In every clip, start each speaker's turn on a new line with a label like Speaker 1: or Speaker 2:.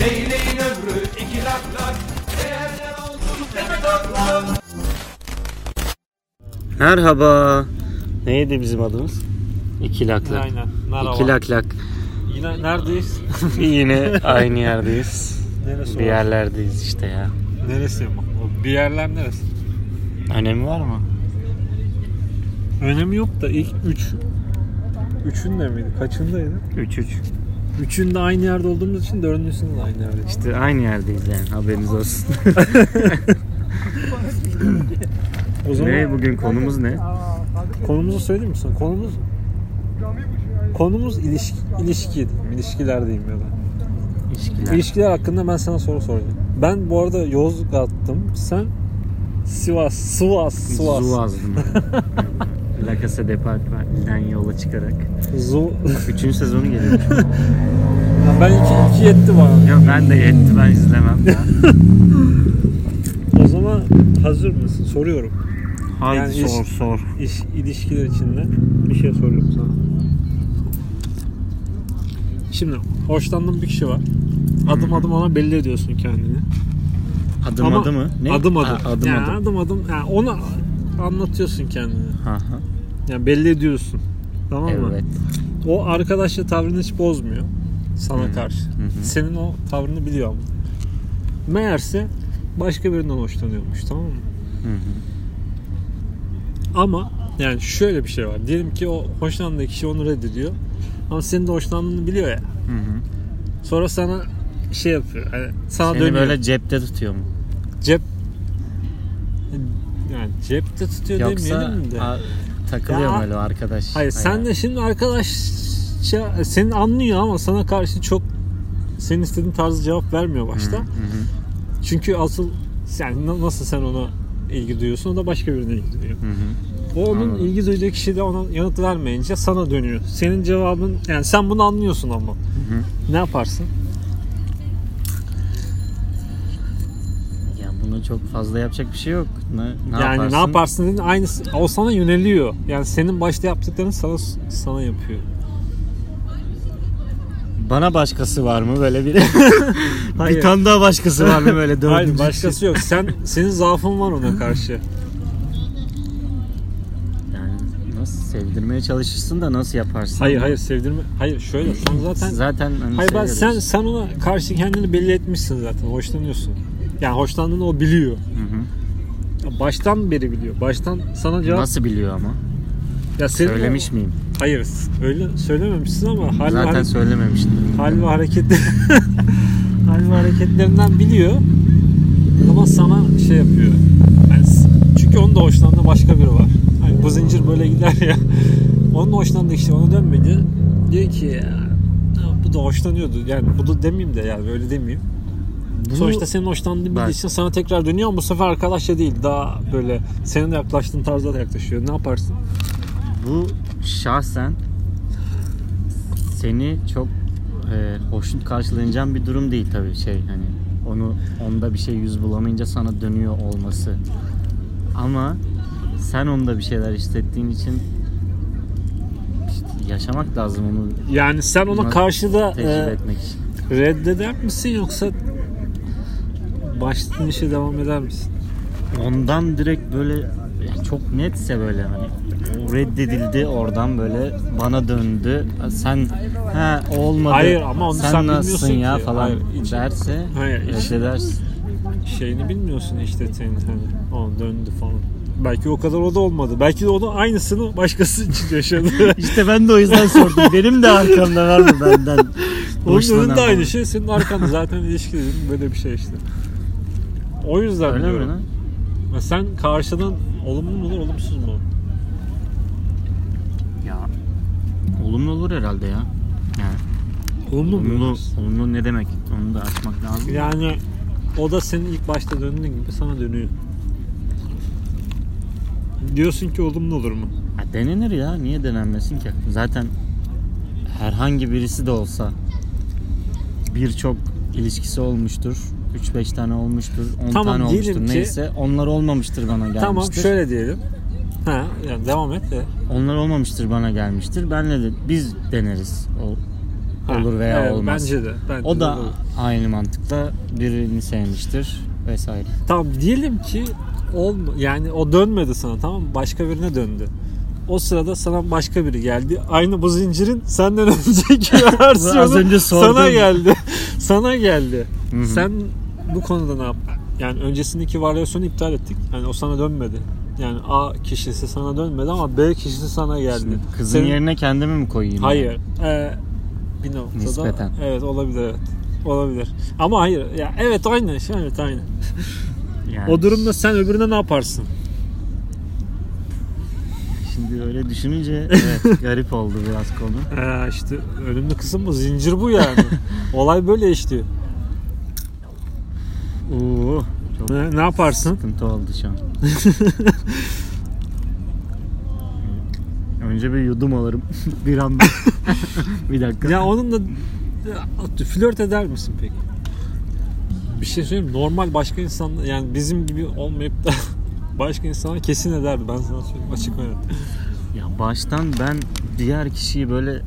Speaker 1: Leyleğin ömrü iki lak lak Değerler olsun deme lak lak
Speaker 2: Merhaba. Neydi bizim adımız? İki lak lak.
Speaker 3: Aynen. Merhaba.
Speaker 2: İki lak lak.
Speaker 3: Yine neredeyiz?
Speaker 2: Yine aynı yerdeyiz.
Speaker 3: neresi
Speaker 2: Bir yerlerdeyiz işte ya.
Speaker 3: orası? Neresi ama? O Bir yerler neresi?
Speaker 2: Önemi var mı?
Speaker 3: Önemi yok da ilk 3 üç. Üçünde miydi? Kaçındaydı?
Speaker 2: 3-3.
Speaker 3: Üçünde aynı yerde olduğumuz için dördüncüsünde de aynı yerde.
Speaker 2: İşte aynı yerdeyiz yani haberiniz olsun.
Speaker 3: O zaman
Speaker 2: ne bugün konumuz ne?
Speaker 3: konumuzu söyleyeyim mi sana? Konumuz Konumuz ilişki, ilişkiydi. İlişkilerdeyim ya da.
Speaker 2: İlişkiler.
Speaker 3: İlişkiler hakkında ben sana soru soracağım. Ben bu arada Yozgat'tım. Sen Sivas, Sivas, Sivas.
Speaker 2: Zuvazdım. La Casa de Papel'den yola çıkarak.
Speaker 3: Zu...
Speaker 2: Üçüncü sezonu geliyor.
Speaker 3: ben iki, iki yetti bana.
Speaker 2: Yok ben de yetti ben izlemem ya.
Speaker 3: O zaman hazır mısın? Soruyorum.
Speaker 2: Haydi
Speaker 3: Yani iş-
Speaker 2: sor sor.
Speaker 3: İş, ilişkiler içinde bir şey soruyorum sana. Şimdi hoşlandığın bir kişi var. Adım adım ona belli ediyorsun kendini.
Speaker 2: Adım
Speaker 3: Ama-
Speaker 2: adı mı? Ne?
Speaker 3: Adım adım.
Speaker 2: Ha, adım
Speaker 3: Yani
Speaker 2: adım.
Speaker 3: adım adım. Yani ona anlatıyorsun kendini.
Speaker 2: Hı hı.
Speaker 3: Yani belli ediyorsun. Tamam mı?
Speaker 2: Evet.
Speaker 3: O arkadaşla tavrını hiç bozmuyor sana karşı.
Speaker 2: Hmm. hı.
Speaker 3: Senin o tavrını biliyor ama. Meğerse başka birinden hoşlanıyormuş tamam mı?
Speaker 2: Hı hı.
Speaker 3: Ama yani şöyle bir şey var. Diyelim ki o hoşlandığı kişi onu reddediyor. Ama senin de hoşlandığını biliyor ya.
Speaker 2: Hı hı.
Speaker 3: Sonra sana şey yapıyor. Hani sana
Speaker 2: Seni
Speaker 3: dönüyor.
Speaker 2: böyle cepte tutuyor mu?
Speaker 3: cep yani cepte tutuyor
Speaker 2: Yoksa
Speaker 3: demeyelim de.
Speaker 2: a- takılıyor
Speaker 3: Ya-
Speaker 2: mu öyle arkadaş?
Speaker 3: Hayır sen de şimdi arkadaşça seni anlıyor ama sana karşı çok senin istediğin tarzı cevap vermiyor başta. Çünkü asıl yani na- nasıl sen ona ilgi duyuyorsun o da başka birine ilgi duyuyor. O onun
Speaker 2: Anladım.
Speaker 3: ilgi duyduğu kişi de ona yanıt vermeyince sana dönüyor. Senin cevabın yani sen bunu anlıyorsun ama. Ne yaparsın?
Speaker 2: Ya bunu çok fazla yapacak bir şey yok. Ne, ne
Speaker 3: yani
Speaker 2: yaparsın?
Speaker 3: ne yaparsın dediğin aynısı o sana yöneliyor. Yani senin başta yaptıkların sana sana yapıyor.
Speaker 2: Bana başkası var mı böyle biri? bir
Speaker 3: Hayır.
Speaker 2: tane daha başkası var mı böyle dördüncü?
Speaker 3: Hayır başkası yok. Sen senin zaafın var ona karşı.
Speaker 2: Yani nasıl sevdirmeye çalışırsın da nasıl yaparsın?
Speaker 3: Hayır hayır sevdirme. Hayır şöyle sen zaten
Speaker 2: Zaten hani
Speaker 3: Hayır ben sen
Speaker 2: seviyoruz.
Speaker 3: sen ona karşı kendini belli etmişsin zaten. Hoşlanıyorsun. Yani hoşlandığını o biliyor. Ya Baştan beri biliyor. Baştan sana cevap
Speaker 2: Nasıl biliyor ama?
Speaker 3: ya senin o-
Speaker 2: Söylemiş miyim?
Speaker 3: Hayır. Öyle söylememişsin ama hal ve
Speaker 2: Zaten
Speaker 3: hare-
Speaker 2: söylememiştim.
Speaker 3: hal ve hareket hal ve hareketlerinden biliyor. Ama sana şey yapıyor. Yani s- çünkü onun da hoşlandığı başka biri var. Hani bu zincir böyle gider ya. Onun da hoşlandığı kişi ona dönmedi. Diyor ki ya, bu da hoşlanıyordu. Yani bu da demeyeyim de yani öyle demeyeyim.
Speaker 2: Bu-
Speaker 3: Sonuçta senin hoşlandığın
Speaker 2: Bak.
Speaker 3: biri için sana tekrar dönüyor ama bu sefer arkadaşla değil. Daha böyle senin yaklaştığın tarzda da yaklaşıyor. Ne yaparsın?
Speaker 2: Bu şahsen seni çok e, hoşnut karşılayacağım bir durum değil tabii şey hani onu onda bir şey yüz bulamayınca sana dönüyor olması. Ama sen onda bir şeyler hissettiğin için işte yaşamak lazım onu
Speaker 3: Yani sen ona
Speaker 2: Nasıl
Speaker 3: karşı da
Speaker 2: tecrübe
Speaker 3: e,
Speaker 2: etmek için.
Speaker 3: Reddeder misin yoksa başladığın işe devam eder misin?
Speaker 2: Ondan direkt böyle yani çok netse böyle hani o reddedildi oradan böyle bana döndü. Sen ha o olmadı.
Speaker 3: Hayır, ama onu sen
Speaker 2: nasılsın
Speaker 3: bilmiyorsun
Speaker 2: ya
Speaker 3: ki.
Speaker 2: falan
Speaker 3: Hayır, hiç-
Speaker 2: derse
Speaker 3: Hayır, hiç-
Speaker 2: reddedersin.
Speaker 3: Şeyini bilmiyorsun işte senin hani o döndü falan. Belki o kadar o da olmadı. Belki de o da aynısını başkası için yaşadı.
Speaker 2: İşte ben de o yüzden sordum. Benim de arkamda var mı benden?
Speaker 3: Onun
Speaker 2: hoşlanan
Speaker 3: önünde
Speaker 2: falan?
Speaker 3: aynı şey. Senin arkanda zaten ilişki dediğin böyle bir şey işte. O yüzden
Speaker 2: Öyle mi
Speaker 3: diyorum.
Speaker 2: lan?
Speaker 3: Ya Sen karşıdan olumlu mu olur olumsuz mu? olur?
Speaker 2: Ya olumlu olur herhalde ya. Yani
Speaker 3: Olumlu
Speaker 2: olumlu, olumlu ne demek? Onu da açmak lazım.
Speaker 3: Yani o da senin ilk başta döndüğün gibi sana dönüyor. Diyorsun ki olumlu olur mu?
Speaker 2: Ha, denenir ya. Niye denenmesin ki? Zaten herhangi birisi de olsa birçok ilişkisi olmuştur. 3-5 tane olmuştur. 10
Speaker 3: Tamam,
Speaker 2: tane
Speaker 3: diyelim
Speaker 2: olmuştur.
Speaker 3: ki-
Speaker 2: Neyse onlar olmamıştır bana gelmiştir.
Speaker 3: Tamam şöyle diyelim. Ha yani devam et de.
Speaker 2: Onlar olmamıştır bana gelmiştir. Benle de biz deneriz. O olur veya
Speaker 3: Evet,
Speaker 2: olmaz.
Speaker 3: Bence de. bence
Speaker 2: O
Speaker 3: de
Speaker 2: da
Speaker 3: olur.
Speaker 2: aynı mantıkla birini sevmiştir vesaire.
Speaker 3: Tamam diyelim ki olma, yani o dönmedi sana tamam mı? Başka birine döndü. O sırada sana başka biri geldi. Aynı bu zincirin senden önceki versiyonu
Speaker 2: Az önce sordum.
Speaker 3: sana geldi. sana geldi.
Speaker 2: hı.
Speaker 3: Sen bu konuda ne yap? Yani öncesindeki varyasyonu iptal ettik. Yani o sana dönmedi. Yani A kişisi sana dönmedi ama B kişisi sana geldi.
Speaker 2: Şimdi kızın
Speaker 3: Senin-
Speaker 2: yerine kendimi mi koyayım?
Speaker 3: Hayır. Ee, bir noktada.
Speaker 2: Nispeten.
Speaker 3: Evet olabilir evet. Olabilir. Ama hayır. Ya evet aynı. Evet aynı.
Speaker 2: Yani
Speaker 3: O durumda sen öbürüne ne yaparsın?
Speaker 2: Şimdi öyle düşününce evet, garip oldu biraz konu.
Speaker 3: Ee, işte ölümlü kısım bu. Zincir bu yani. Olay böyle işte.
Speaker 2: Oo, çok
Speaker 3: Ne, ne yaparsın?
Speaker 2: sıkıntı oldu şu an. Önce bir yudum alırım. bir anda. bir dakika.
Speaker 3: Ya onunla Ya, flört eder misin peki? Bir şey söyleyeyim mi? normal başka insan yani bizim gibi olmayıp da başka insana kesin ederdi ben sana söyleyeyim açık ve net.
Speaker 2: Ya baştan ben diğer kişiyi böyle y-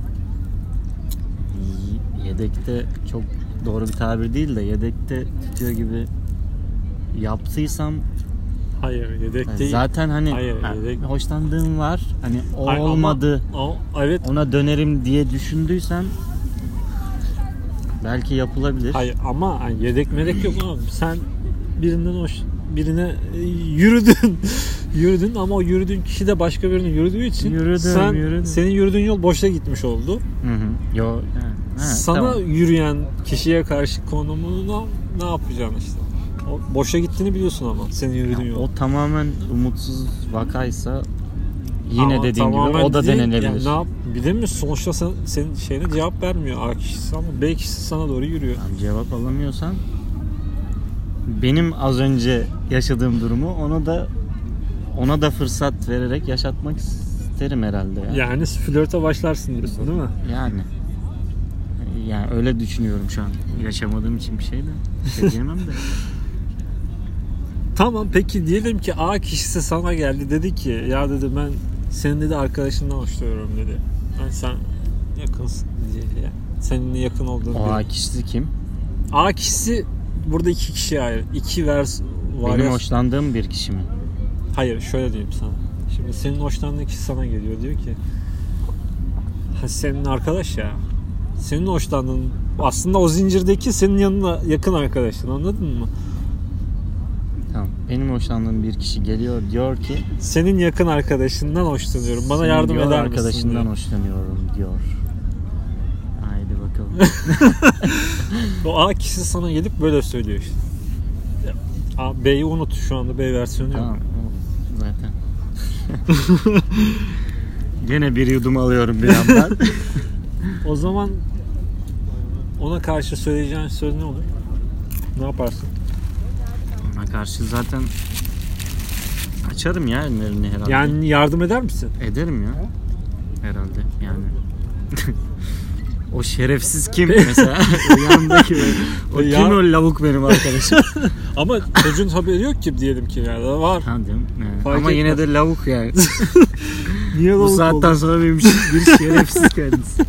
Speaker 2: yedekte çok doğru bir tabir değil de yedekte tutuyor gibi yaptıysam
Speaker 3: Hayır yedek
Speaker 2: yani
Speaker 3: değil.
Speaker 2: zaten hani
Speaker 3: Hayır,
Speaker 2: ha,
Speaker 3: yedek-
Speaker 2: hoşlandığım var hani o
Speaker 3: Ay, ama-
Speaker 2: olmadı
Speaker 3: ama- evet
Speaker 2: ona dönerim diye düşündüysem belki yapılabilir.
Speaker 3: Hayır ama hani yedek melek yok abi. Sen birinden hoş birine e, yürüdün. yürüdün ama o yürüdüğün kişi de başka birine yürüdüğü için
Speaker 2: Yürüdüm,
Speaker 3: sen
Speaker 2: yürüdüm.
Speaker 3: senin yürüdüğün yol boşa gitmiş oldu.
Speaker 2: Hı hı. Yo, ha, ha,
Speaker 3: Sana
Speaker 2: tamam.
Speaker 3: yürüyen kişiye karşı konumuna ne yapacaksın işte. O boşa gittiğini biliyorsun ama senin yürüdüğün yol.
Speaker 2: o tamamen umutsuz vakaysa yine
Speaker 3: Ama
Speaker 2: dediğin gibi
Speaker 3: tamamen
Speaker 2: o da
Speaker 3: değil.
Speaker 2: denenebilir.
Speaker 3: Yani ne yap? Bilemiyorsun. Sonuçta sen, senin şeyine cevap vermiyor A kişisi ama B kişisi sana doğru yürüyor.
Speaker 2: Yani cevap alamıyorsan benim az önce yaşadığım durumu ona da ona da fırsat vererek yaşatmak isterim herhalde ya.
Speaker 3: Yani flörte başlarsın diyorsun değil mi?
Speaker 2: Yani. Yani öyle düşünüyorum şu an. Yaşamadığım için bir şey de şey diyemem de.
Speaker 3: Tamam peki diyelim ki A kişisi sana geldi dedi ki ya dedi ben senin dedi arkadaşından hoşlanıyorum dedi. Yani sen yakınsın diye. ya. Senin yakın olduğunu
Speaker 2: O
Speaker 3: A,
Speaker 2: kişisi kim?
Speaker 3: A kişisi burada iki kişi ayrı. İki vers var
Speaker 2: Benim
Speaker 3: ya.
Speaker 2: hoşlandığım bir kişi mi?
Speaker 3: Hayır şöyle diyeyim sana. Şimdi senin hoşlandığın kişi sana geliyor diyor ki ha, senin arkadaş ya. Senin hoşlandığın aslında o zincirdeki senin yanına yakın arkadaşın anladın mı?
Speaker 2: Tamam. Benim hoşlandığım bir kişi geliyor diyor ki
Speaker 3: Senin yakın arkadaşından hoşlanıyorum. Bana
Speaker 2: "Senin
Speaker 3: yardım
Speaker 2: diyor,
Speaker 3: eder misin?
Speaker 2: arkadaşından
Speaker 3: diyor.
Speaker 2: hoşlanıyorum diyor. Haydi bakalım.
Speaker 3: O A kişi sana gelip böyle söylüyor işte. Ya, A- B'yi unut şu anda B versiyonu yok.
Speaker 2: Tamam. o Zaten. Gene bir yudum alıyorum bir yandan.
Speaker 3: O zaman ona karşı söyleyeceğin söz ne olur? Ne yaparsın?
Speaker 2: Ona karşı zaten açarım ya ellerini herhalde.
Speaker 3: Yani yardım eder misin?
Speaker 2: Ederim ya. Herhalde yani. o şerefsiz kim mesela? o yanındaki böyle. O
Speaker 3: Ya-
Speaker 2: kim o lavuk benim arkadaşım?
Speaker 3: Ama çocuğun haberi yok ki diyelim ki yani var.
Speaker 2: Tamam diyorum. Evet.
Speaker 3: Fark
Speaker 2: Ama yine de lavuk yani.
Speaker 3: Niye
Speaker 2: Bu saatten sonra benim bir şerefsiz kendisi.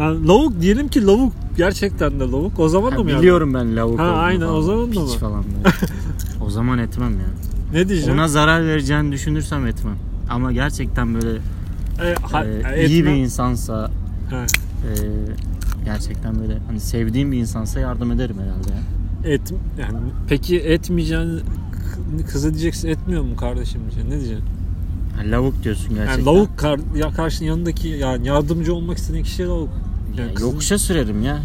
Speaker 3: lavuk diyelim ki lavuk. Gerçekten de lavuk. O zaman da
Speaker 2: Ha,
Speaker 3: mı yardım-
Speaker 2: biliyorum ben lavuk
Speaker 3: Ha,
Speaker 2: olduğunu
Speaker 3: aynen, o
Speaker 2: falan.
Speaker 3: zaman da
Speaker 2: Piç
Speaker 3: mı?
Speaker 2: falan böyle. o zaman etmem ya.
Speaker 3: Ne diyeceğim?
Speaker 2: Ona zarar vereceğini düşünürsem etmem. Ama gerçekten böyle
Speaker 3: E, ha-
Speaker 2: e,
Speaker 3: e,
Speaker 2: iyi bir
Speaker 3: etmem.
Speaker 2: insansa,
Speaker 3: Ha,
Speaker 2: e, gerçekten böyle hani sevdiğim bir insansa yardım ederim herhalde ya.
Speaker 3: et, yani, peki etmeyeceğin kıza diyeceksin etmiyor mu kardeşim diyeceksin. Ne diyeceksin?
Speaker 2: Ha, lavuk diyorsun gerçekten.
Speaker 3: Yani lavuk kar, ya karşının yanındaki yani yardımcı olmak istediğin kişiye lavuk.
Speaker 2: Ya,
Speaker 3: Yani kızın-
Speaker 2: yokuşa sürerim ya.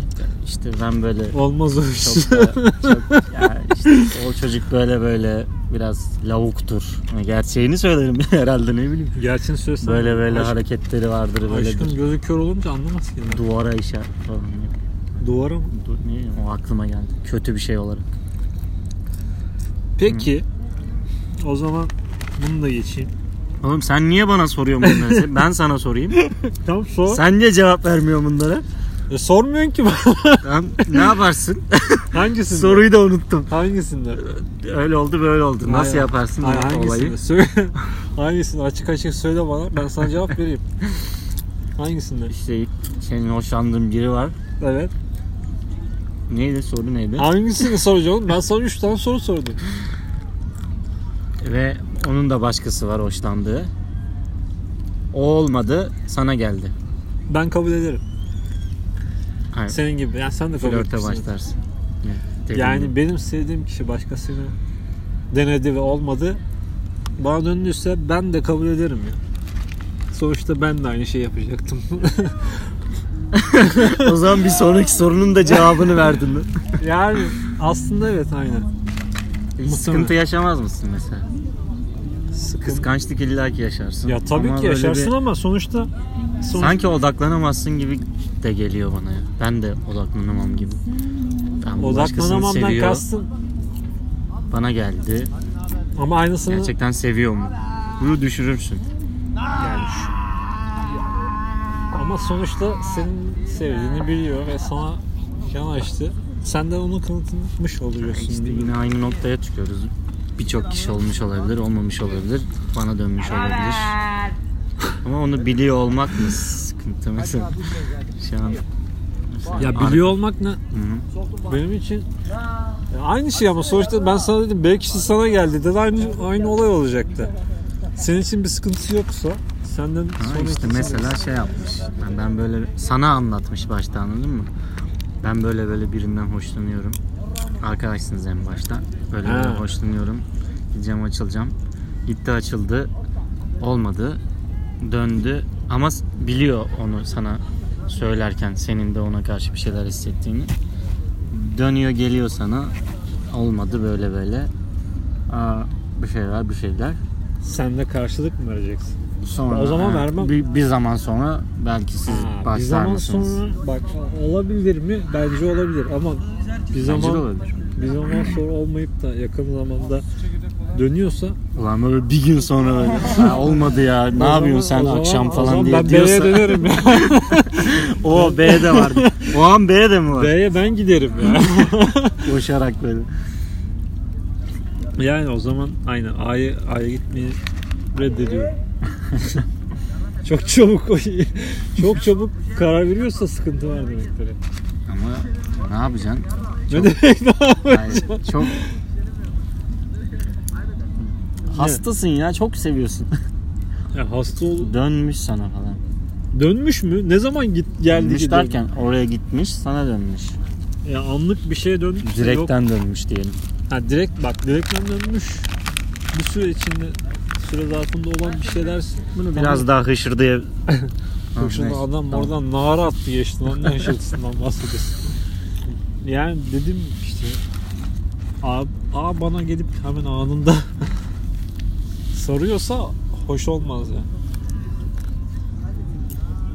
Speaker 2: İşte ben böyle
Speaker 3: Olmaz şey. o iş.
Speaker 2: çok, da- çok ya işte o çocuk böyle böyle biraz lavuktur. Ha, Gerçeğini söylerim herhalde ne bileyim.
Speaker 3: Gerçini söylesem.
Speaker 2: Böyle böyle
Speaker 3: aşk-
Speaker 2: hareketleri vardır böyle
Speaker 3: Aşkın gözü kör olunca anlamaz ki. Du-
Speaker 2: duvara işaret falan.
Speaker 3: Duvara mı?
Speaker 2: Du- ne- O aklıma geldi. Kötü bir şey olarak.
Speaker 3: Peki. O zaman bunu da geçeyim.
Speaker 2: Oğlum sen niye bana soruyorsun bunları? ben sana sorayım.
Speaker 3: Tamam sor.
Speaker 2: Sen niye cevap vermiyorsun bunlara?
Speaker 3: E, sormuyorsun ki bana.
Speaker 2: Tamam, ne yaparsın?
Speaker 3: Hangisinde?
Speaker 2: Soruyu da unuttum.
Speaker 3: Hangisinde?
Speaker 2: Öyle oldu böyle oldu. Nasıl
Speaker 3: Hayır.
Speaker 2: yaparsın
Speaker 3: Hayır,
Speaker 2: bu
Speaker 3: hangisinde?
Speaker 2: olayı?
Speaker 3: Söyle. hangisini açık açık söyle bana. Ben sana cevap vereyim. Hangisinde?
Speaker 2: İşte senin hoşlandığın biri var.
Speaker 3: Evet.
Speaker 2: Neydi soru neydi?
Speaker 3: Hangisini soracağım? oğlum? Ben sana 3 tane soru sordum.
Speaker 2: Ve onun da başkası var hoşlandığı. O olmadı sana geldi.
Speaker 3: Ben kabul ederim.
Speaker 2: Hayır,
Speaker 3: Senin gibi. Yani sen de kabul
Speaker 2: flörte
Speaker 3: etmişsin.
Speaker 2: başlarsın. Evet, dediğim gibi.
Speaker 3: Yani benim sevdiğim kişi başkasını denedi ve olmadı. Bana döndüyse ben de kabul ederim ya. Sonuçta ben de aynı şey yapacaktım.
Speaker 2: o zaman bir sonraki sorunun da cevabını verdin mi?
Speaker 3: yani aslında evet aynen.
Speaker 2: Hiç sıkıntı yaşamaz mısın mesela?
Speaker 3: Sıkıntı.
Speaker 2: Kıskançlık illa ki yaşarsın.
Speaker 3: Ya tabii
Speaker 2: Ama
Speaker 3: ki
Speaker 2: böyle
Speaker 3: yaşarsın
Speaker 2: bir-
Speaker 3: ama sonuçta, sonuçta
Speaker 2: Sanki odaklanamazsın gibi de geliyor bana ya. Ben de odaklanamam gibi. Ben bu başkasını
Speaker 3: odaklanamamdan
Speaker 2: seviyor.
Speaker 3: kastım.
Speaker 2: Bana geldi.
Speaker 3: Ama aynısını
Speaker 2: Gerçekten seviyor mu? Bunu düşürürsün.
Speaker 3: Yani şu- Ama sonuçta senin sevdiğini biliyor ve sana yanaştı. Sen de onun kanıtmış oluyorsun.
Speaker 2: İşte yine aynı noktaya çıkıyoruz. Birçok kişi olmuş olabilir, olmamış olabilir. Bana dönmüş olabilir. Ama onu biliyor olmak mı sıkıntı mesela? Şu an
Speaker 3: Ya biliyor olmak ne?
Speaker 2: Hı.
Speaker 3: Benim için Ya aynı şey ama sonuçta ben sana dedim belki işte sana geldi dedi aynı aynı olay olacaktı. Senin için bir sıkıntısı yoksa senden
Speaker 2: Ha
Speaker 3: sonra
Speaker 2: işte mesela şey yapmış. Ben, ben böyle sana anlatmış başta anladın mı? Ben böyle böyle birinden hoşlanıyorum. Arkadaşsınız en başta. Böyle böyle
Speaker 3: Ha.
Speaker 2: hoşlanıyorum. Gideceğim açılacağım. Gitti açıldı. Olmadı. Döndü. Ama s- biliyor onu sana söylerken senin de ona karşı bir şeyler hissettiğini. Dönüyor geliyor sana. Olmadı böyle böyle. Aa, bir şeyler bir şeyler.
Speaker 3: sen de karşılık mı vereceksin?
Speaker 2: Sonra,
Speaker 3: O zaman
Speaker 2: ha,
Speaker 3: vermem.
Speaker 2: Bir, bir zaman sonra belki siz
Speaker 3: Ha,
Speaker 2: başlar
Speaker 3: bir zaman
Speaker 2: mısınız?
Speaker 3: sonra bak olabilir mi? Bence olabilir ama bir
Speaker 2: Bence de
Speaker 3: zaman
Speaker 2: olabilir.
Speaker 3: bir zaman sonra olmayıp da yakın zamanda dönüyorsa
Speaker 2: Ulan böyle bir gün sonra böyle, "Ha, olmadı ya ne
Speaker 3: o
Speaker 2: yapıyorsun
Speaker 3: zaman-
Speaker 2: sen
Speaker 3: o zaman-
Speaker 2: akşam
Speaker 3: o
Speaker 2: falan
Speaker 3: zaman
Speaker 2: diye
Speaker 3: ben
Speaker 2: diyorsa.
Speaker 3: Ben B'ye dönerim ya.
Speaker 2: o B'de vardı. O an B'de mi var?
Speaker 3: B'ye ben giderim ya.
Speaker 2: Koşarak böyle.
Speaker 3: yani o zaman aynen A'ya A'ya gitmeyi reddediyorum. çok çabuk çok çabuk karar veriyorsa sıkıntı var demektir.
Speaker 2: Ama ne yapacaksın?
Speaker 3: Ne demek ne
Speaker 2: Yani
Speaker 3: yapacağım?
Speaker 2: çok Hastasın ya çok seviyorsun.
Speaker 3: Ya hasta ol
Speaker 2: Dönmüş sana falan.
Speaker 3: dönmüş mü? Ne zaman git geldi
Speaker 2: Dönmüş
Speaker 3: ki
Speaker 2: derken oraya gitmiş sana dönmüş.
Speaker 3: dön- Ya anlık bir şeye dönmüş. Yok.
Speaker 2: Direkten dönmüş diyelim.
Speaker 3: Ha direkt bak direkten dönmüş. Bir süre içinde süre zarfında olan bir şeyler bunu
Speaker 2: Biraz daha hışır diye.
Speaker 3: Yok şimdi
Speaker 2: Neyse,
Speaker 3: adam
Speaker 2: tamam.
Speaker 3: oradan nara attı geçti lan ne yaşadısından bahsediyorsun. Yani dedim işte A, A bana gelip hemen anında soruyorsa hoş olmaz yani.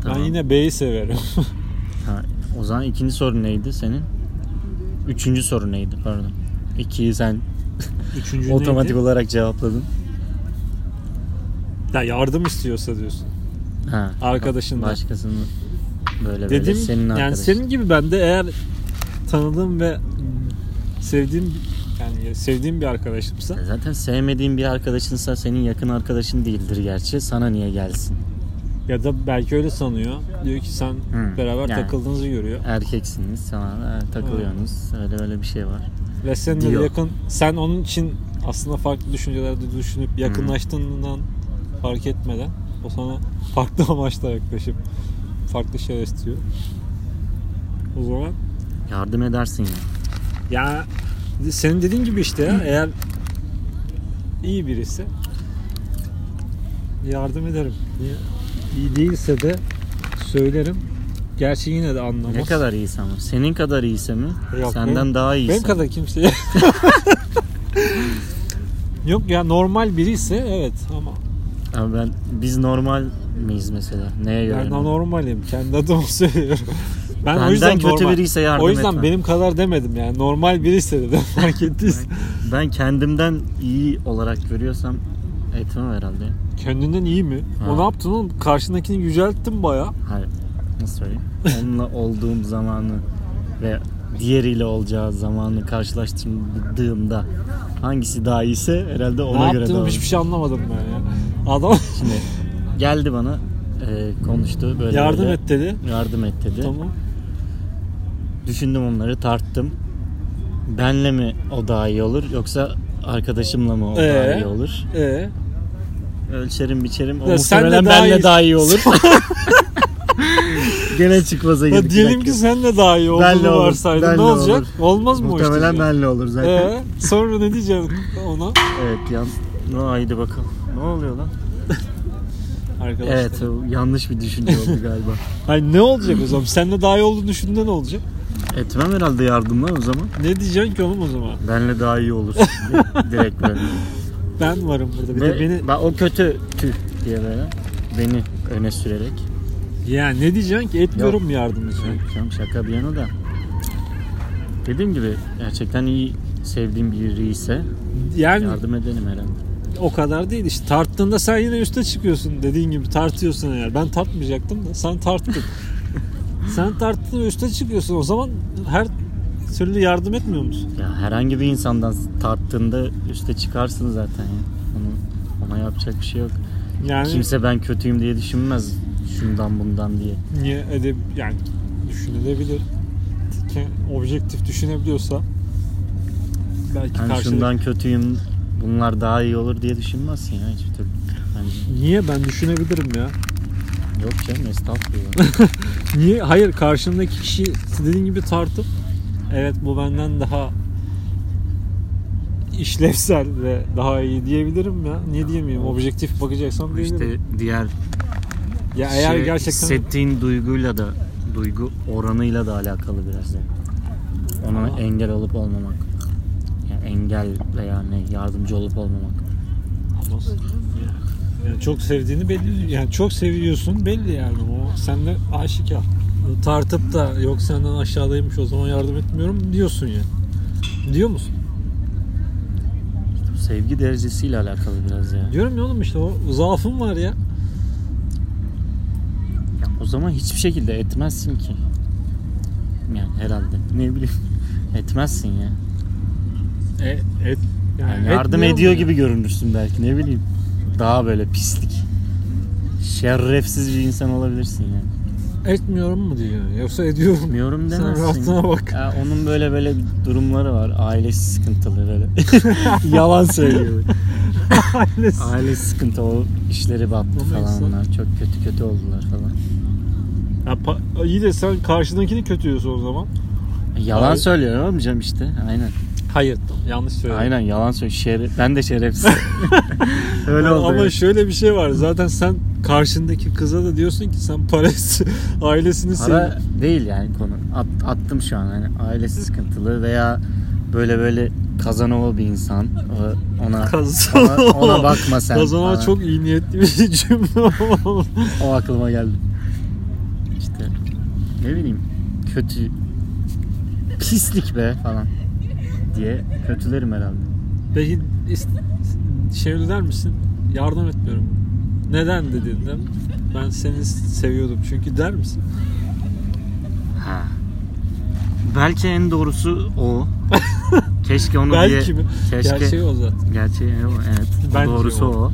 Speaker 2: Tamam.
Speaker 3: Ben yine B'yi severim.
Speaker 2: Ha, o zaman ikinci soru neydi senin? Üçüncü soru neydi pardon? İkiyi sen
Speaker 3: Üçüncü
Speaker 2: otomatik
Speaker 3: neydi?
Speaker 2: olarak cevapladın.
Speaker 3: Ya yardım istiyorsa diyorsun.
Speaker 2: Ha,
Speaker 3: Arkadaşından.
Speaker 2: Başkasını böyle böyle
Speaker 3: Dedim
Speaker 2: senin arkadaşın.
Speaker 3: yani senin gibi ben de eğer tanıdığım ve sevdiğim yani sevdiğim bir arkadaşımsa
Speaker 2: E, Zaten sevmediğin bir arkadaşınsa senin yakın arkadaşın değildir gerçi. Sana niye gelsin?
Speaker 3: ya da belki öyle sanıyor. Diyor ki sen
Speaker 2: Hı,
Speaker 3: beraber
Speaker 2: yani.
Speaker 3: takıldığınızı görüyor.
Speaker 2: Erkeksiniz sana e, takılıyorsunuz. Öyle öyle bir şey var.
Speaker 3: Ve sen de
Speaker 2: diyor.
Speaker 3: yakın, sen onun için aslında farklı düşüncelerde düşünüp yakınlaştığından fark etmeden o sana farklı amaçla yaklaşıp farklı şeyler istiyor. O zaman
Speaker 2: Yardım edersin ya.
Speaker 3: ya senin dediğin gibi işte ya, eğer iyi birisi yardım ederim. Niye- İyi değilse de söylerim. Gerçi yine de anlamaz.
Speaker 2: Ne kadar iyiyse ama. Senin kadar iyiyse mi?
Speaker 3: Yok,
Speaker 2: Senden
Speaker 3: benim-
Speaker 2: daha iyiyse.
Speaker 3: Benim kadar kimseye. Yok ya normal biri ise evet ama
Speaker 2: Ama ben, biz normal miyiz mesela? Neye göre?
Speaker 3: ben
Speaker 2: normal?
Speaker 3: normalim. Kendi adımı söylüyorum. Ben
Speaker 2: Benden
Speaker 3: o yüzden
Speaker 2: kötü
Speaker 3: normal.
Speaker 2: biri ise yardım
Speaker 3: O yüzden
Speaker 2: etmem.
Speaker 3: benim kadar demedim yani. Normal biri ise dedim fark ettiniz.
Speaker 2: Ben kendimden iyi olarak görüyorsam etmem herhalde.
Speaker 3: Kendinden iyi mi?
Speaker 2: Ha.
Speaker 3: O ne yaptın oğlum? Karşındakini yücelttin baya.
Speaker 2: Hayır. Nasıl söyleyeyim? Onunla olduğum zamanı ve diğeriyle olacağı zamanı karşılaştırdığımda hangisi daha iyiyse herhalde
Speaker 3: Ne
Speaker 2: ona göre
Speaker 3: yaptığımı şey
Speaker 2: davranırım.
Speaker 3: hiçbir şey anlamadım ben ya. Adam
Speaker 2: Şimdi geldi bana e, konuştu. Böyle
Speaker 3: Yardım
Speaker 2: böyle.
Speaker 3: et dedi.
Speaker 2: Yardım et dedi.
Speaker 3: Tamam.
Speaker 2: Düşündüm onları tarttım. Benle mi o daha iyi olur yoksa arkadaşımla mı o daha
Speaker 3: Ee?
Speaker 2: iyi olur?
Speaker 3: Ee,
Speaker 2: Ölçerim biçerim. O
Speaker 3: Ya senle
Speaker 2: muhtemelen
Speaker 3: daha
Speaker 2: benle
Speaker 3: iyi-
Speaker 2: daha iyi olur. Gene çıkmaza
Speaker 3: ya
Speaker 2: girdik.
Speaker 3: diyelim
Speaker 2: Bir
Speaker 3: ki
Speaker 2: dakika.
Speaker 3: senle daha iyi
Speaker 2: Benle
Speaker 3: olduğunu
Speaker 2: olur,
Speaker 3: varsaydın
Speaker 2: benle
Speaker 3: ne olacak?
Speaker 2: olur.
Speaker 3: Olmaz mı
Speaker 2: Muhtemelen
Speaker 3: o işte?
Speaker 2: benle olur zaten.
Speaker 3: Ee, sonra ne diyeceksin ona?
Speaker 2: Evet yan... No, haydi bakalım. Ne oluyor lan?
Speaker 3: Arkadaşlar.
Speaker 2: Evet o yanlış bir düşünce oldu galiba.
Speaker 3: Hayır, ne olacak o zaman? Seninle daha iyi olduğunu düşündüğünde ne olacak?
Speaker 2: Etmem herhalde yardım lan o zaman.
Speaker 3: Ne diyeceksin ki oğlum o zaman?
Speaker 2: Benle daha iyi olur. Direkt böyle.
Speaker 3: Ben varım burada. Bir
Speaker 2: Ve
Speaker 3: de beni
Speaker 2: bak o kötü tüh diye böyle beni öne sürerek.
Speaker 3: ya ne diyeceksin ki etmiyorum yardım için.
Speaker 2: Şaka- Canım şaka bir yana da. Dediğim gibi gerçekten iyi sevdiğim biri ise
Speaker 3: Yani
Speaker 2: yardım edelim herhalde.
Speaker 3: o kadar değil işte. Tarttığında sen yine üste çıkıyorsun dediğin gibi tartıyorsun eğer. Ben tartmayacaktım da sen tarttın. sen tarttın ve üste çıkıyorsun. O zaman her türlü yardım etmiyor musun?
Speaker 2: Ya herhangi bir insandan tarttığında üste çıkarsın zaten ya. Onu, ona yapacak bir şey yok.
Speaker 3: Yani
Speaker 2: Kimse ben kötüyüm diye düşünmez. Şundan bundan diye.
Speaker 3: niye edip yani düşünülebilir. Ke- Objektif düşünebiliyorsa belki
Speaker 2: Yani
Speaker 3: karşı
Speaker 2: şundan kötüyüm bunlar daha iyi olur diye düşünmezsin ya hiçbir türlü. Bence.
Speaker 3: Niye ben düşünebilirim ya?
Speaker 2: Yok canım estağfurullah.
Speaker 3: Niye? Hayır karşındaki kişi dediğin gibi tartıp evet bu benden daha işlevsel ve daha iyi diyebilirim ya. Niye diyemeyeyim? Objektif bakacaksam
Speaker 2: Bu
Speaker 3: diyebilirim.
Speaker 2: işte diğer
Speaker 3: ya eğer
Speaker 2: şey,
Speaker 3: gerçekten
Speaker 2: hissettiğin duyguyla da duygu oranıyla da alakalı biraz yani. Ona
Speaker 3: Ama-
Speaker 2: engel olup olmamak. Yani engel veya ne yardımcı olup olmamak.
Speaker 3: yani çok sevdiğini belli. Yani çok seviyorsun belli yani. O sende aşikar. Tartıp da yok senden aşağıdaymış o zaman yardım etmiyorum diyorsun ya. Diyor musun?
Speaker 2: Bu Sevgi derecesiyle alakalı biraz ya.
Speaker 3: Diyorum ya oğlum işte o zaafım var ya.
Speaker 2: Ya o zaman hiçbir şekilde etmezsin ki. Yani herhalde. Ne bileyim. Etmezsin ya.
Speaker 3: E, et,
Speaker 2: Yani
Speaker 3: yani
Speaker 2: yardım
Speaker 3: etmiyorum
Speaker 2: ediyor
Speaker 3: ya.
Speaker 2: gibi görünürsün belki. Ne bileyim. Daha böyle pislik. Şerefsiz bir insan olabilirsin yani.
Speaker 3: Etmiyorum mu diyor. Yoksa ediyorum.
Speaker 2: Bilmiyorum
Speaker 3: Sen
Speaker 2: demezsin.
Speaker 3: rahatına bak.
Speaker 2: Ya onun böyle böyle bir durumları var. Ailesi sıkıntılı böyle. Yalan söylüyor.
Speaker 3: Ailesi.
Speaker 2: Ailesi sıkıntı o işleri battı
Speaker 3: Ama
Speaker 2: falan
Speaker 3: insan-
Speaker 2: onlar. Çok kötü kötü oldular falan.
Speaker 3: Ya pa- iyi de sen karşıdakini kötüyorsun o zaman.
Speaker 2: Yalan
Speaker 3: Abi-
Speaker 2: söylüyor amcam işte. Aynen.
Speaker 3: Hayır. Yanlış söyledim.
Speaker 2: Aynen yalan söylüyor. Şeref, ben de şerefsiz. Öyle
Speaker 3: Ama-
Speaker 2: oldu.
Speaker 3: Ama
Speaker 2: yani.
Speaker 3: şöyle bir şey var. Zaten sen karşındaki kıza da diyorsun ki sen parası ailesini
Speaker 2: Para
Speaker 3: sev.
Speaker 2: değil yani konu. At- attım şu an. Hani ailesi sıkıntılı veya böyle böyle Kazanova bir insan. O- Ona
Speaker 3: Kazanova.
Speaker 2: ona, ona bakma sen.
Speaker 3: Kazanova
Speaker 2: falan.
Speaker 3: çok iyi niyetli bir cümle oldu.
Speaker 2: O aklıma geldi. İşte ne bileyim kötü pislik be falan diye kötülerim herhalde.
Speaker 3: Peki is- şey der misin? Yardım etmiyorum. Neden dediğinde ben seni seviyordum çünkü der misin?
Speaker 2: Ha. Belki en doğrusu o. Keşke onu
Speaker 3: Belki
Speaker 2: diye
Speaker 3: mi?
Speaker 2: keşke
Speaker 3: Gerçeği o zaten.
Speaker 2: Gerçeği o, evet. O
Speaker 3: Bence
Speaker 2: doğrusu
Speaker 3: o.
Speaker 2: o.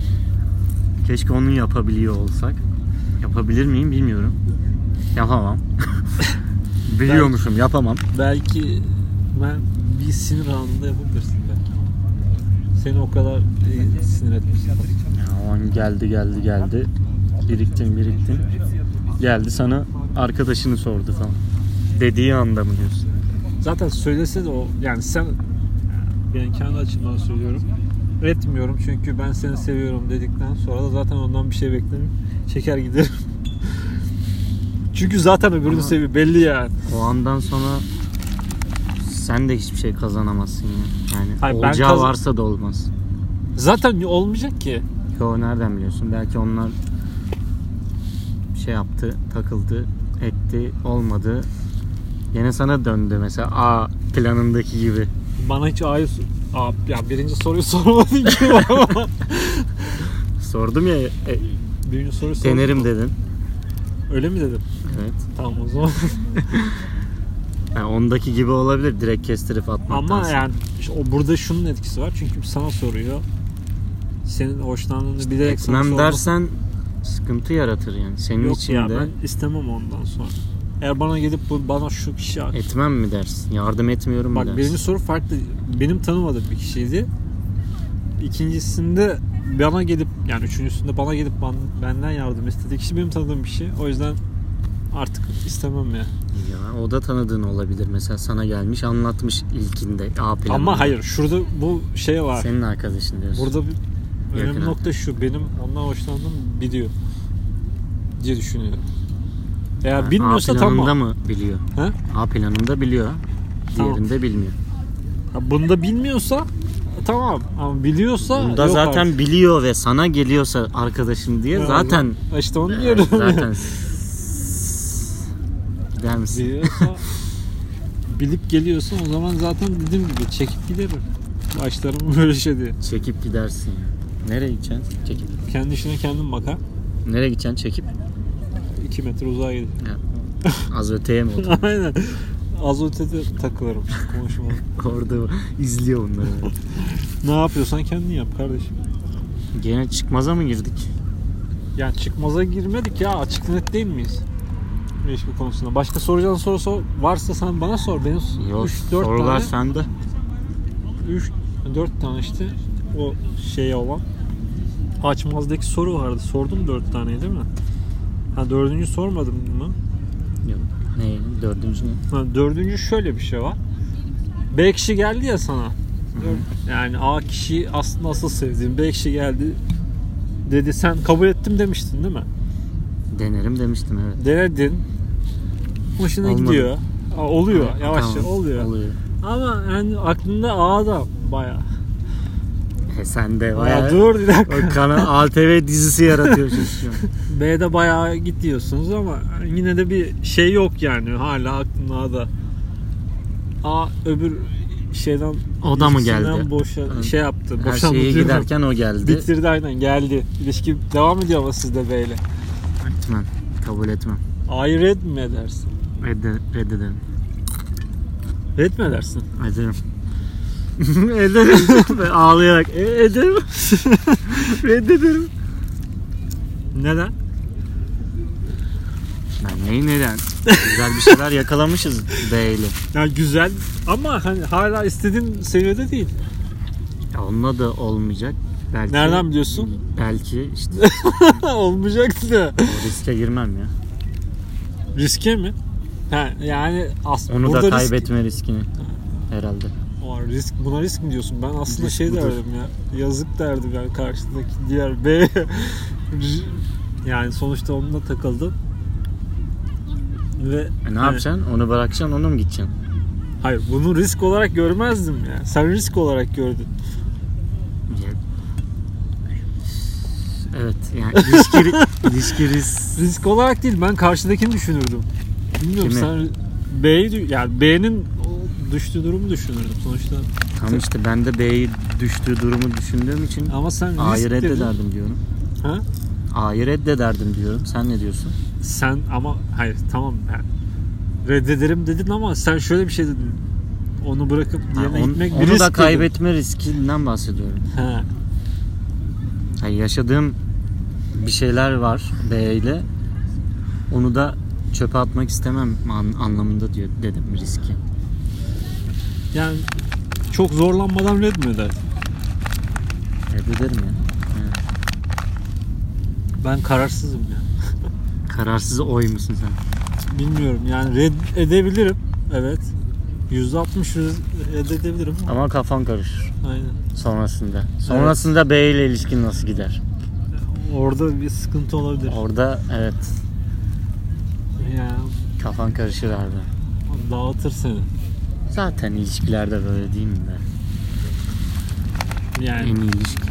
Speaker 2: Keşke onu yapabiliyor olsak. Yapabilir miyim bilmiyorum. Yapamam. Biliyormuşum yapamam.
Speaker 3: Belki ben bir sinir anında yapabilirsin belki. Seni o kadar e, sinir etmişsin.
Speaker 2: Ya, o an geldi geldi geldi. Biriktin biriktin. Geldi sana arkadaşını sordu falan. Dediği anda mı diyorsun?
Speaker 3: Zaten söylese de o yani sen ben kendi açımdan söylüyorum. Etmiyorum çünkü ben seni seviyorum dedikten sonra da zaten ondan bir şey beklemeyip çeker giderim. çünkü zaten öbürünü
Speaker 2: Ama-
Speaker 3: seviyor belli yani.
Speaker 2: O andan sonra sen de hiçbir şey kazanamazsın ya. Yani
Speaker 3: Hayır, ben
Speaker 2: olacağı
Speaker 3: kazan-
Speaker 2: varsa da olmaz.
Speaker 3: Zaten olmayacak ki.
Speaker 2: Yo nereden biliyorsun? Belki onlar şey yaptı, takıldı, etti, olmadı. Yine sana döndü mesela A planındaki gibi.
Speaker 3: Bana hiç ayı Aa, ya birinci soruyu sormadın ki.
Speaker 2: Sordum ya e,
Speaker 3: birinci soruyu sormadın.
Speaker 2: denerim dedin.
Speaker 3: Öyle mi dedim?
Speaker 2: Evet.
Speaker 3: Tamam o zaman.
Speaker 2: Yani ondaki gibi olabilir direkt kestirip atmaktansa.
Speaker 3: Ama yani işte o burada şunun etkisi var. Çünkü sana soruyor. Senin hoşlandığını bilerek sana
Speaker 2: Etmem
Speaker 3: sorma-
Speaker 2: dersen sıkıntı yaratır yani. Senin
Speaker 3: Yok
Speaker 2: içinde
Speaker 3: ya ben istemem ondan sonra. Eğer bana gelip bu bana şu kişi
Speaker 2: etmem mi dersin? Yardım etmiyorum mu
Speaker 3: Bak
Speaker 2: dersin?
Speaker 3: birinci soru farklı. Benim tanımadığım bir kişiydi. İkincisinde bana gelip yani üçüncüsünde bana gelip ban- benden yardım istediği kişi benim tanıdığım bir şey. O yüzden artık istemem ya.
Speaker 2: Ya, o da tanıdığın olabilir. Mesela sana gelmiş anlatmış ilkinde A planında.
Speaker 3: Ama hayır şurada bu şey var.
Speaker 2: Senin arkadaşın diyorsun.
Speaker 3: Burada bir önemli
Speaker 2: Yakın
Speaker 3: nokta şu. Benim ondan hoşlandığım biliyor. Diye düşünüyorum. Eğer
Speaker 2: Ha,
Speaker 3: bilmiyorsa
Speaker 2: A planında
Speaker 3: tamam.
Speaker 2: mı biliyor?
Speaker 3: Ha?
Speaker 2: A planında biliyor.
Speaker 3: Tamam.
Speaker 2: Diğerinde bilmiyor.
Speaker 3: Ha, Bunda bilmiyorsa tamam ama biliyorsa
Speaker 2: Bunda
Speaker 3: yok
Speaker 2: zaten
Speaker 3: artık.
Speaker 2: biliyor ve sana geliyorsa arkadaşım diye
Speaker 3: Ya,
Speaker 2: zaten
Speaker 3: işte onu diyorum.
Speaker 2: Ee, zaten s- gider misin?
Speaker 3: Biliyorsa bilip geliyorsun o zaman zaten dediğim gibi çekip giderim. Başlarım böyle şey diye.
Speaker 2: Çekip gidersin. ya. Nereye gideceksin? Çekip.
Speaker 3: Kendi işine kendin bakar.
Speaker 2: Nereye gideceksin? Çekip.
Speaker 3: 2 metre uzağa gidip.
Speaker 2: Ya. Az öteye mi otur?
Speaker 3: Aynen. Az ötede takılırım işte konuşmalı.
Speaker 2: Orada izliyor bunları.
Speaker 3: ne yapıyorsan kendin yap kardeşim.
Speaker 2: Gene çıkmaza mı girdik?
Speaker 3: Yani çıkmaza girmedik ya açık net değil miyiz? İlişki konusunda. Başka soracağın soru sor- varsa sen bana sor. Benim
Speaker 2: Yok.
Speaker 3: 3-4
Speaker 2: Sorular
Speaker 3: tane.
Speaker 2: sende.
Speaker 3: 3 4 tane işte o şeye olan açmazdaki soru vardı. Sordum 4 tane değil mi? Ha dördüncü sormadım mı?
Speaker 2: Yok. Ne? Dördüncü ne?
Speaker 3: Ha, dördüncü şöyle bir şey var. B kişi geldi ya sana. Yani A kişi aslında asıl sevdiğin B kişi geldi dedi sen kabul ettim demiştin değil mi?
Speaker 2: Denerim demiştim evet.
Speaker 3: Denedin. Hoşuna
Speaker 2: Olmadı.
Speaker 3: gidiyor. Aa, oluyor. Yavaşça
Speaker 2: Tamam,
Speaker 3: oluyor. Ama yani aklında A da baya.
Speaker 2: E sen de
Speaker 3: Baya
Speaker 2: bayağı.
Speaker 3: dur bir dakika.
Speaker 2: O kana ATV dizisi yaratıyor çocuk.
Speaker 3: B'de bayağı git diyorsunuz ama yine de bir şey yok yani hala aklımda A'da. A öbür şeyden
Speaker 2: O da mı
Speaker 3: ilişkisinden
Speaker 2: geldi?
Speaker 3: Boşa,
Speaker 2: Hı.
Speaker 3: şey yaptı.
Speaker 2: Her
Speaker 3: boşandı
Speaker 2: şeye
Speaker 3: diyorum.
Speaker 2: giderken o geldi.
Speaker 3: bitirdi aynen geldi. İlişki devam ediyor ama sizde B'yle.
Speaker 2: Etmem. Kabul etmem.
Speaker 3: A'yı red mi edersin?
Speaker 2: Redde, reddederim.
Speaker 3: Red mi edersin?
Speaker 2: Ederim. ederim. Ve Ağlayarak. E, ederim. reddederim.
Speaker 3: Neden?
Speaker 2: Ben neyi neden? Güzel bir şeyler yakalamışız Bey'le.
Speaker 3: Yani güzel ama hani hala istediğin seviyede değil.
Speaker 2: Ya Onunla da olmayacak. Belki,
Speaker 3: Nereden biliyorsun?
Speaker 2: Belki işte
Speaker 3: Olmayacaktı da.
Speaker 2: o riske girmem ya.
Speaker 3: Riske mi? Ha, yani aslında
Speaker 2: Onu da
Speaker 3: burada risk-
Speaker 2: kaybetme riskini. Herhalde.
Speaker 3: Aa, risk buna risk mi diyorsun? Ben aslında
Speaker 2: Risk
Speaker 3: şey
Speaker 2: budur.
Speaker 3: derdim ya. Yazık derdim yani karşıdaki diğer B. yani sonuçta onunla takıldım. Ve
Speaker 2: E ne
Speaker 3: yani-
Speaker 2: yapacaksın? Onu bırakacaksın, onu mu gideceksin?
Speaker 3: Hayır, bunu risk olarak görmezdim ya. Sen risk olarak gördün.
Speaker 2: Evet yani ilişki, ilişki risk-
Speaker 3: Risk olarak değil, ben karşıdakini düşünürdüm. Bilmiyorum
Speaker 2: Kimi?
Speaker 3: sen B'yi dü- yani B'nin o düştüğü durumu düşünürdüm sonuçta.
Speaker 2: Tam işte ben de B'yi düştüğü durumu düşündüğüm için
Speaker 3: Ama sen risk
Speaker 2: A'yı
Speaker 3: dedin.
Speaker 2: reddederdim diyorum.
Speaker 3: Ha?
Speaker 2: A'yı reddederdim diyorum. Sen ne diyorsun?
Speaker 3: Sen ama hayır tamam yani reddederim dedin ama sen şöyle bir şey dedin. Onu bırakıp
Speaker 2: Ha,
Speaker 3: diğerine
Speaker 2: on-
Speaker 3: gitmek bir
Speaker 2: onu
Speaker 3: risk
Speaker 2: da
Speaker 3: dedin.
Speaker 2: kaybetme riskinden bahsediyorum.
Speaker 3: Ha,
Speaker 2: Yani yaşadığım bir şeyler var B ile. Onu da çöpe atmak istemem an- anlamında diyor dedim riski.
Speaker 3: Yani çok zorlanmadan red mi eder?
Speaker 2: Reddederim ya. Evet.
Speaker 3: Ben kararsızım ya.
Speaker 2: Kararsız oy musun sen?
Speaker 3: Bilmiyorum yani red edebilirim. Evet. %60 red edebilirim.
Speaker 2: Ama kafan karışır
Speaker 3: Aynen.
Speaker 2: sonrasında. Sonrasında B ile ilişkin nasıl gider?
Speaker 3: Orada bir sıkıntı olabilir.
Speaker 2: Orada evet
Speaker 3: Yani
Speaker 2: kafan karışır abi.
Speaker 3: dağıtır seni.
Speaker 2: Zaten ilişkilerde böyle değil mi be?
Speaker 3: Yani
Speaker 2: En iyi ilişki.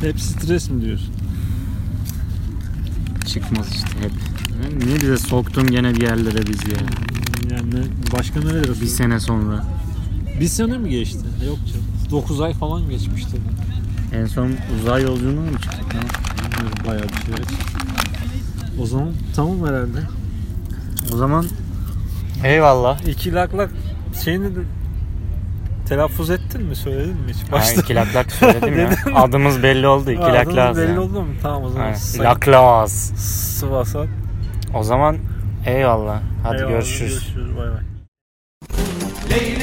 Speaker 3: hep stres mi diyorsun?
Speaker 2: Çıkmaz işte hep. Niye bize soktun gene bir yerlere biz ya?
Speaker 3: Yani ne- başka neler
Speaker 2: Bir sene sonra.
Speaker 3: Bir sene mi geçti? Yok canım. 9 ay falan geçmişti.
Speaker 2: En son uzay yolculuğuna mı çıktık? lan?
Speaker 3: Bilmiyorum, Bayağı bir süreç. O zaman tamam herhalde.
Speaker 2: O zaman eyvallah.
Speaker 3: İki lak lak şeyini de telaffuz ettin mi? Söyledin mi hiç?
Speaker 2: Ha,
Speaker 3: Başta.
Speaker 2: iki lak lak söyledim ya.
Speaker 3: Dedin mi?
Speaker 2: Adımız belli oldu. İki
Speaker 3: Ha,
Speaker 2: lak
Speaker 3: adımız
Speaker 2: laz.
Speaker 3: Belli
Speaker 2: yani.
Speaker 3: oldu mu? Tamam o zaman.
Speaker 2: Aynen.
Speaker 3: Sayın
Speaker 2: Lak laz.
Speaker 3: Sıvasat.
Speaker 2: O zaman eyvallah. Hadi
Speaker 3: Eyvallah,
Speaker 2: görüşürüz.
Speaker 3: Görüşürüz. Bay bay.
Speaker 1: Leyli